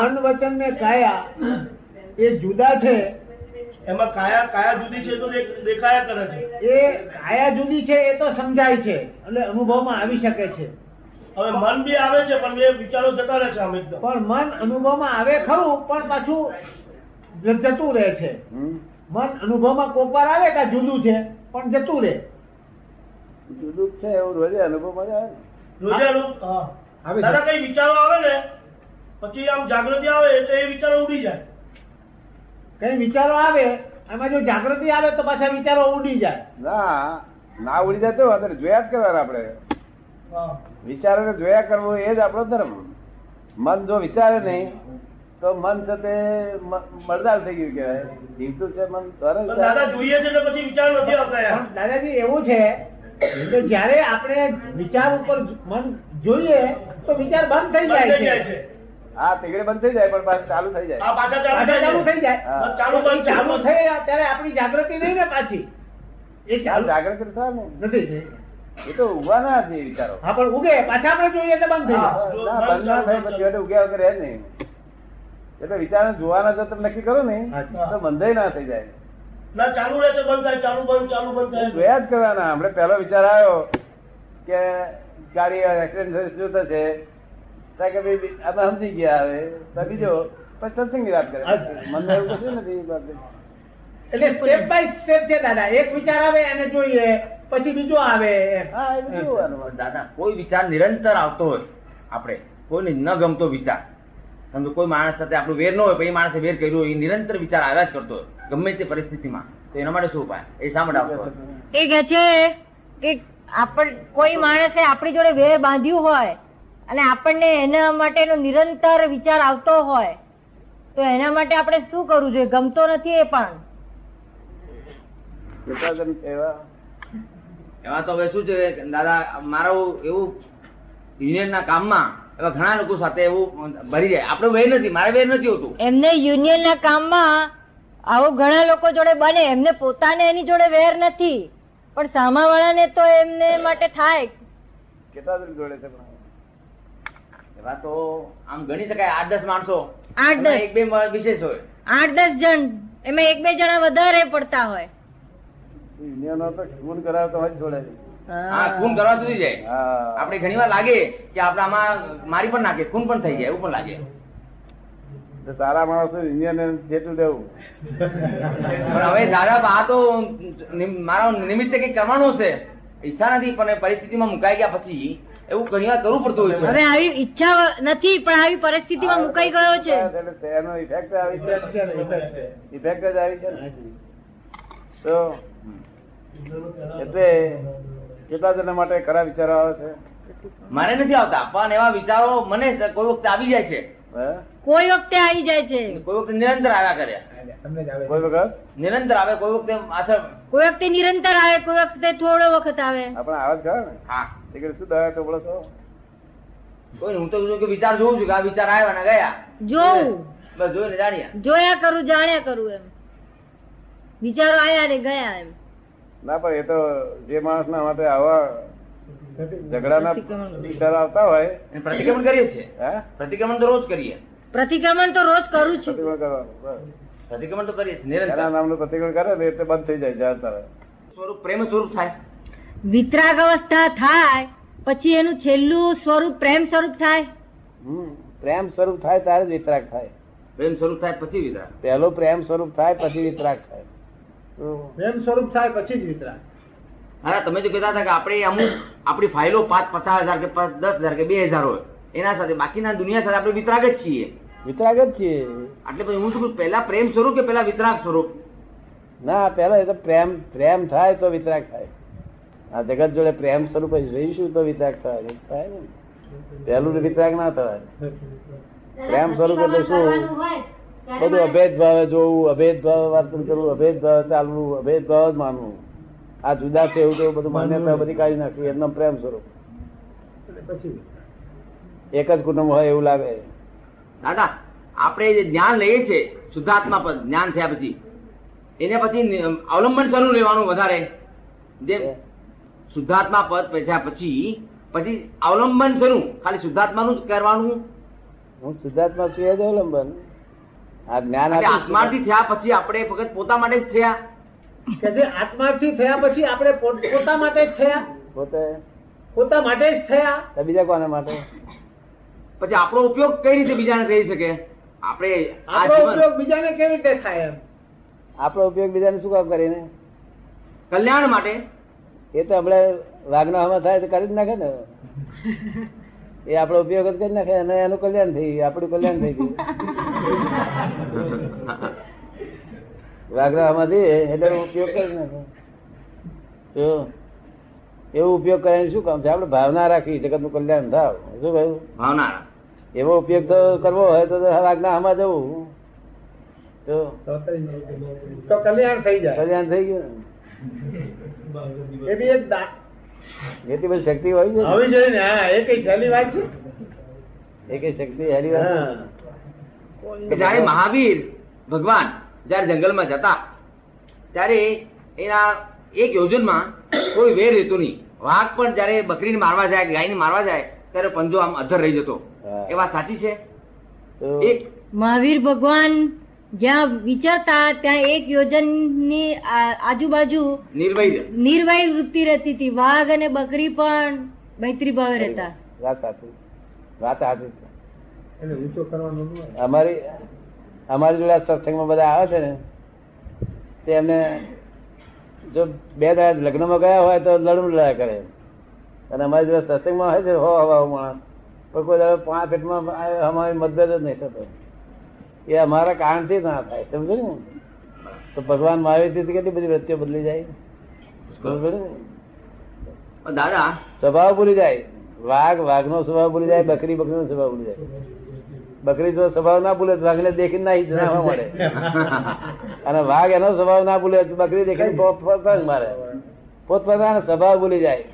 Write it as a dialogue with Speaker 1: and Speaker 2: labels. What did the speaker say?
Speaker 1: અન્ન વચન ને કાયા એ જુદા છે
Speaker 2: એમાં કાયા કાયા જુદી છે તો દે- દેખાયા કરે છે
Speaker 1: એ કાયા જુદી છે એ તો સમજાય છે એટલે અનુભવમાં આવી શકે છે
Speaker 2: હવે મન બી આવે છે પણ એ વિચારો જતા રહે છે આમ એકદમ
Speaker 1: પણ મન અનુભવમાં આવે ખરું પણ પાછું જ- જતું રહે છે
Speaker 3: હમ?
Speaker 1: મન અનુભવમાં કોક વાર આવે કે આ જુદું છે પણ જતું રહે
Speaker 3: જુદું જ છે એવું રોજે અનુભવ માં આવે ને.
Speaker 2: રોજાનું હા
Speaker 1: આવે છે.
Speaker 2: દાદા કઈ વિચારો આવે ને પછી આમ જાગૃતિ આવે એટલે એ વિચારો ઉડી જાય
Speaker 1: કઈ વિચારો આવે એમાં જો જાગૃતિ આવે તો પાછા વિચારો ઉડી જાય
Speaker 3: ના ના ઉડી જતો હોય તો જોયા જ કરવાના આપણે
Speaker 2: હા
Speaker 3: વિચારોને જોયા કરવું એ જ આપણો ધર્મ મન જો વિચારે નહીં તો મન છે તે મ- મરદાર થઈ ગયું કહેવાય જીવતું છે મન
Speaker 2: પણ
Speaker 3: સરસ
Speaker 2: દાદા જોઈએ છે એટલે પછી વિચાર નથી આવતા યાર
Speaker 1: પણ દાદાજી એવું છે કે જ્યારે આપણે વિચાર ઉપર મન જોઈએ તો વિચાર બંધ થઈ
Speaker 2: બંધ
Speaker 1: જાય
Speaker 2: થઈ જાય
Speaker 1: છે
Speaker 2: છે
Speaker 3: હા તીકડે બંધ થઈ જાય પણ પાછું ચાલુ થઈ જાય
Speaker 2: આ પાછા
Speaker 1: પાછા ચાલુ
Speaker 2: ચાલુ
Speaker 1: થઈ
Speaker 2: થઈ
Speaker 1: જાય
Speaker 3: હા.
Speaker 2: જાય ચાલુ બંધ
Speaker 1: ચાલુ
Speaker 2: ચાલુ
Speaker 1: થઈ જાય ત્યારે આપણી જાગૃતિ નહીં ને પાછી એ ચાલુ
Speaker 3: જાગૃતિ તો થાય ને
Speaker 1: નથી થઈ.
Speaker 3: એ તો ઉગવાના છે એ વિચારો
Speaker 1: હા પણ ઉગે પાછા આપણે જોઈએ એટલે બંધ થઈ જાય
Speaker 3: હા, ના, બંધ ના થાય પછી એટલે ઉગ્યા વગર રહે જ નહીં એટલે વિચાર જોવાના જો તમે નક્કી કરો ને
Speaker 1: હા.
Speaker 3: તો બંધ ના થઈ જાય
Speaker 2: ના ચાલુ રહે છે બંધ થાય ચાલુ બંધ ચાલુ બંધ થાય
Speaker 3: જોયા જ કરવાના આપણે પહેલો વિચાર આવ્યો કે ગાડી એક્સિડન્ટ શું થશે તો કે ભાઈ આપણે સમજી ગયા હવે તો બીજો પછી સત્સંગની વાત કરે મને એવું કશું નથી એ બાબતે.
Speaker 1: એટલે સ્ટેપ બાય સ્ટેપ છે દાદા એક વિચાર આવે એને જોઈએ પછી બીજો આવે એમ.
Speaker 3: હા એ બીજું હોવાનું.
Speaker 4: દાદા કોઈ વિચાર નિરંતર આવતો હોય આપણે કોઈને ન ગમતો વિચાર સમજો કોઈ માણસ સાથે આપણો વેર ન હોય પણ એ માણસે વેર કર્યો હોય એ નિરંતર વિચાર આવ્યા જ કરતો હોય ગમે તે પરિસ્થિતિમાં તો એના માટે શું ઉપાય એ શા માટે આવતો હોય
Speaker 5: એ કે છે કે આપણ કોઈ માણસે આપણી જોડે વેર બાંધ્યું હોય અને આપણને એના માટેનો નિરંતર વિચાર આવતો હોય તો એના માટે આપણે શું કરવું જોઈએ ગમતો નથી એ પણ
Speaker 3: કૃપાજન કહેવા.
Speaker 4: એમાં તો હવે શું છે કે દાદા મારું એવું યુનિયનના કામમાં એવા ઘણા લોકો સાથે એવું ભરી જાય આપણો વેર નથી મારે વેર નથી હોતું
Speaker 5: એમને યુનિયનના કામમાં આવું ઘણા લોકો જોડે બને એમને પોતાને એની જોડે વેર નથી પણ સામાવાળાને તો એમને માટે થાય
Speaker 3: કૃપાજન જોડે છે પણ.
Speaker 4: એવા તો આમ ગણી શકાય આઠ દસ માણસો
Speaker 5: આઠ
Speaker 4: એમાં
Speaker 5: દસ.
Speaker 4: એક બે મ- વિશેષ હોય
Speaker 5: આઠ દસ જણ એમાં એક બે જણા વધારે પડતા હોય
Speaker 3: યુનિયનો તો ખૂન કરાવતો હોય જ જોડે
Speaker 4: હા ખૂન કરવા સુધી જાય
Speaker 3: હા.
Speaker 4: આપણે ઘણી વાર લાગે કે આપણે આમાં મારી પણ નાખે ખૂન પણ થઈ જાય એવું પણ લાગે
Speaker 3: તો સારા માણસો યુનિયન જેટલું દેવું
Speaker 4: પણ હવે દાદા આ તો નિમ- મારા નિમિત્તે કંઈક કરવાનું હશે ઈચ્છા નથી પણ એ પરિસ્થિતિમાં મુકાઈ ગયા પછી એવું ઘણી વાર કરવું પડતું હોય
Speaker 5: હવે
Speaker 4: છે
Speaker 5: આવી ઈચ્છા નથી પણ આવી પરિસ્થિતિમાં મુકાઈ ગયો છે
Speaker 3: એટલે એનો ઇફેક્ટ આવી છે ઇફેક્ટ જ આવી છે ને. તો એટલે કેટલા જણા માટે ખરા વિચારો આવે છે
Speaker 4: મારે નથી આવતા પણ એવા વિચારો મને કોઈ વખતે આવી જાય છે
Speaker 3: હે?
Speaker 5: કોઈ વખતે આવી જાય છે
Speaker 4: કોઈ વખતે નિરંતર આવ્યા કર્યા
Speaker 3: કોઈ વખત
Speaker 4: નિરંતર આવે કોઈ વખતે પાછળ
Speaker 5: કોઈ વખતે નિરંતર આવે કોઈ વખતે થોડો વખત આવે
Speaker 3: આપણે આવે જ ખરા ને
Speaker 4: હા
Speaker 3: તે કહે, શું દવા તો બોલો છો
Speaker 4: કોઈ નહીં, હું તો શું કે વિચાર જોઉં છું કે આ વિચાર આવ્યા ને ગયા
Speaker 5: જોઉં
Speaker 4: બસ જોઈને જાણ્યા
Speaker 5: જોયા કરું જાણ્યા કરું એમ વિચારો આયા ને ગયા એમ
Speaker 3: ના પણ એ તો જે માણસના માટે આવા ઝઘડાના વિચારો આવતા હોય
Speaker 4: અને પ્રતિક્રમણ કરીએ છીએ
Speaker 3: હે
Speaker 4: પ્રતિક્રમણ તો રોજ કરીએ
Speaker 5: પ્રતિક્રમણ તો રોજ કરું છું
Speaker 3: પ્રતિક્રમણ કરવાનું બસ.
Speaker 4: પ્રતિક્રમણ તો કરીએ જ, નિરંતર
Speaker 3: એના નામનું પ્રતિક્રમણ કરે ને એટલે બંધ થઈ જાય જાણ તારે
Speaker 4: સ્વરૂપ પ્રેમ સ્વરૂપ થાય
Speaker 5: વિતરાગ અવસ્થા થાય પછી એનું છેલ્લું સ્વરૂપ પ્રેમ સ્વરૂપ થાય
Speaker 3: હમ. પ્રેમ સ્વરૂપ થાય ત્યારે જ વિતરાગ થાય
Speaker 4: પ્રેમ સ્વરૂપ થાય પછી વિતરાગ
Speaker 3: પહેલો પ્રેમ સ્વરૂપ થાય પછી વિતરાગ થાય હમ.
Speaker 1: પ્રેમ સ્વરૂપ થાય પછી જ વિતરા
Speaker 4: હા તમે જો કહેતા હતા કે આપણે અમુક આપણી ફાઇલો પાંચ પચાસ હજાર કે પાંચ દસ હજાર કે બે હજાર હોય એના સાથે બાકીના દુનિયા સાથે આપણે વિતરાગ જ છીએ
Speaker 3: વિતરાગ જ છીએ
Speaker 4: એટલે પછી હું શું કહું પહેલા પ્રેમ સ્વરૂપ કે પહેલા વિતરાગ સ્વરૂપ
Speaker 3: ના પેલા એ તો પ્રેમ પ્રેમ થાય તો વિતરાગ થાય આ જગત જોડે પ્રેમ સ્વરૂપે રહીશું તો વિતરાગ થાય થાય ને પહેલું વિતરાગ ના થવાય પ્રેમ સ્વરૂપ એટલે શું બધું અભેદ ભાવે જોવું અભેદ ભાવે વર્તન કરવું અભેદ ભાવે ચાલવું અભેદ ભાવ જ માનવું આ જુદા છે એવું તેવું બધું માન્યતા બધી કાઢી નાખવી એમનો પ્રેમ સ્વરૂપ એક જ કુટુંબ હોય એવું લાગે
Speaker 4: દાદા આપણે જે જ્ઞાન લઈએ છીએ શુદ્ધાત્મા પર જ્ઞાન થયા પછી એને પછી નિ- અવલંબન શરૂ લેવાનું વધારે જેમ શુદ્ધાત્મા પદ પૈસા પછી પછી અવલંબન શરૂ ખાલી શુદ્ધાત્માનું જ કરવાનું
Speaker 3: હું શુદ્ધાત્મા છું એ જ અવલંબન આ જ્ઞાન
Speaker 4: એટલે
Speaker 3: આપી
Speaker 4: આત્માર્થી થયા પછી આપણે ફક્ત પોતા માટે જ થયા
Speaker 1: કે જે આત્માર્થી થયા પછી આપણે પો- પોતા માટે જ થયા
Speaker 3: પોતે
Speaker 1: પોતા માટે જ થયા
Speaker 3: તો બીજા કોના માટે
Speaker 4: પછી આપણો ઉપયોગ કઈ રીતે બીજાને થઈ શકે આપણે આ
Speaker 1: આપણો
Speaker 4: જીવન
Speaker 1: ઉપયોગ બીજાને કેવી રીતે થાય એમ
Speaker 3: આપણો ઉપયોગ બીજાને શું કામ કરીને
Speaker 4: કલ્યાણ માટે
Speaker 3: એ તો આપણે વાગનામાં થાય તો કરી જ નાખે ને એ આપણો ઉપયોગ જ કરી નાખે અને એનું કલ્યાણ થઈ ગયું આપણું કલ્યાણ થઈ ગયું વાગનામાં જઈએ એટલે ઉપયોગ કરી નાખે જો એવો ઉપયોગ કરીને શું કામ છે આપણે ભાવના રાખી જગતનું કલ્યાણ થાવ શું ભાઈ
Speaker 4: ભાવના
Speaker 3: એવો ઉપયોગ તો કરવો હોય તો વાગનામાં જવું તો
Speaker 1: તો કલ્યાણ થઈ જાય
Speaker 3: કલ્યાણ થઈ ગયું ને
Speaker 1: એ બી એક દા-
Speaker 3: એટલી બધી શક્તિ હોય છે ને?
Speaker 1: આવી જોઈએ ને હા એ કઈ સહેલી વાત છે
Speaker 3: એકેય શક્તિ હેરી વાત
Speaker 1: હા.
Speaker 3: નથી.
Speaker 4: કે જયારે મહાવીર ભગવાન જયારે જંગલમાં જતા ત્યારે એના એક યોજનમાં કોઈ વેર રહેતો નહીં વાઘ પણ જયારે બકરીને મારવા જાય કે ગાયને મારવા જાય ત્યારે પંજો આમ અધર રહી જતો
Speaker 3: હા.
Speaker 4: એ વાત સાચી છે
Speaker 3: તો
Speaker 4: એક
Speaker 5: મહાવીર ભગવાન જ્યાં વિચારતા ત્યાં એક યોજનની આ- આજુબાજુ
Speaker 4: નિર્ભય રહે.
Speaker 5: નિર્વાહી વૃત્તિ રહેતી હતી વાઘ અને બકરી પણ મૈત્રી ભાવે રહેતા
Speaker 3: વાત સાચી વાત સાચી છે. અમારી અમારી જોડે આ સત્સંગમાં બધા આવે છે ને તે એમને જો બે દાડા લગ્નમાં ગયા હોય તો લડમ લડ્યા કરે અને અમારી જોડે સત્સંગમાં હોય છે હો હવા માણસ પણ કોઈ દાડો પાંચ પેટમાં આ- અમારી મતભેદ જ નહીં થતો એ અમારા કારણથી જ ના થાય સમજો ને તો ભગવાન મહાવીરથી કેટલી બધી વૃત્તિઓ બદલી જાય સમજો ને
Speaker 4: પણ દાદા
Speaker 3: સ્વભાવ ભૂલી જાય વાઘ વાઘનો સ્વભાવ ભૂલી જાય બકરી બકરીનો સ્વભાવ ભૂલી જાય બકરી જો સ્વભાવ ના ભૂલે તો વાઘને દેખીને ના જણાવવા મળે અને વાઘ એનો સ્વભાવ ના ભૂલે તો બકરી દેખીને પોત પોત જ મારે પોતપોતાનો સ્વભાવ ભૂલી જાય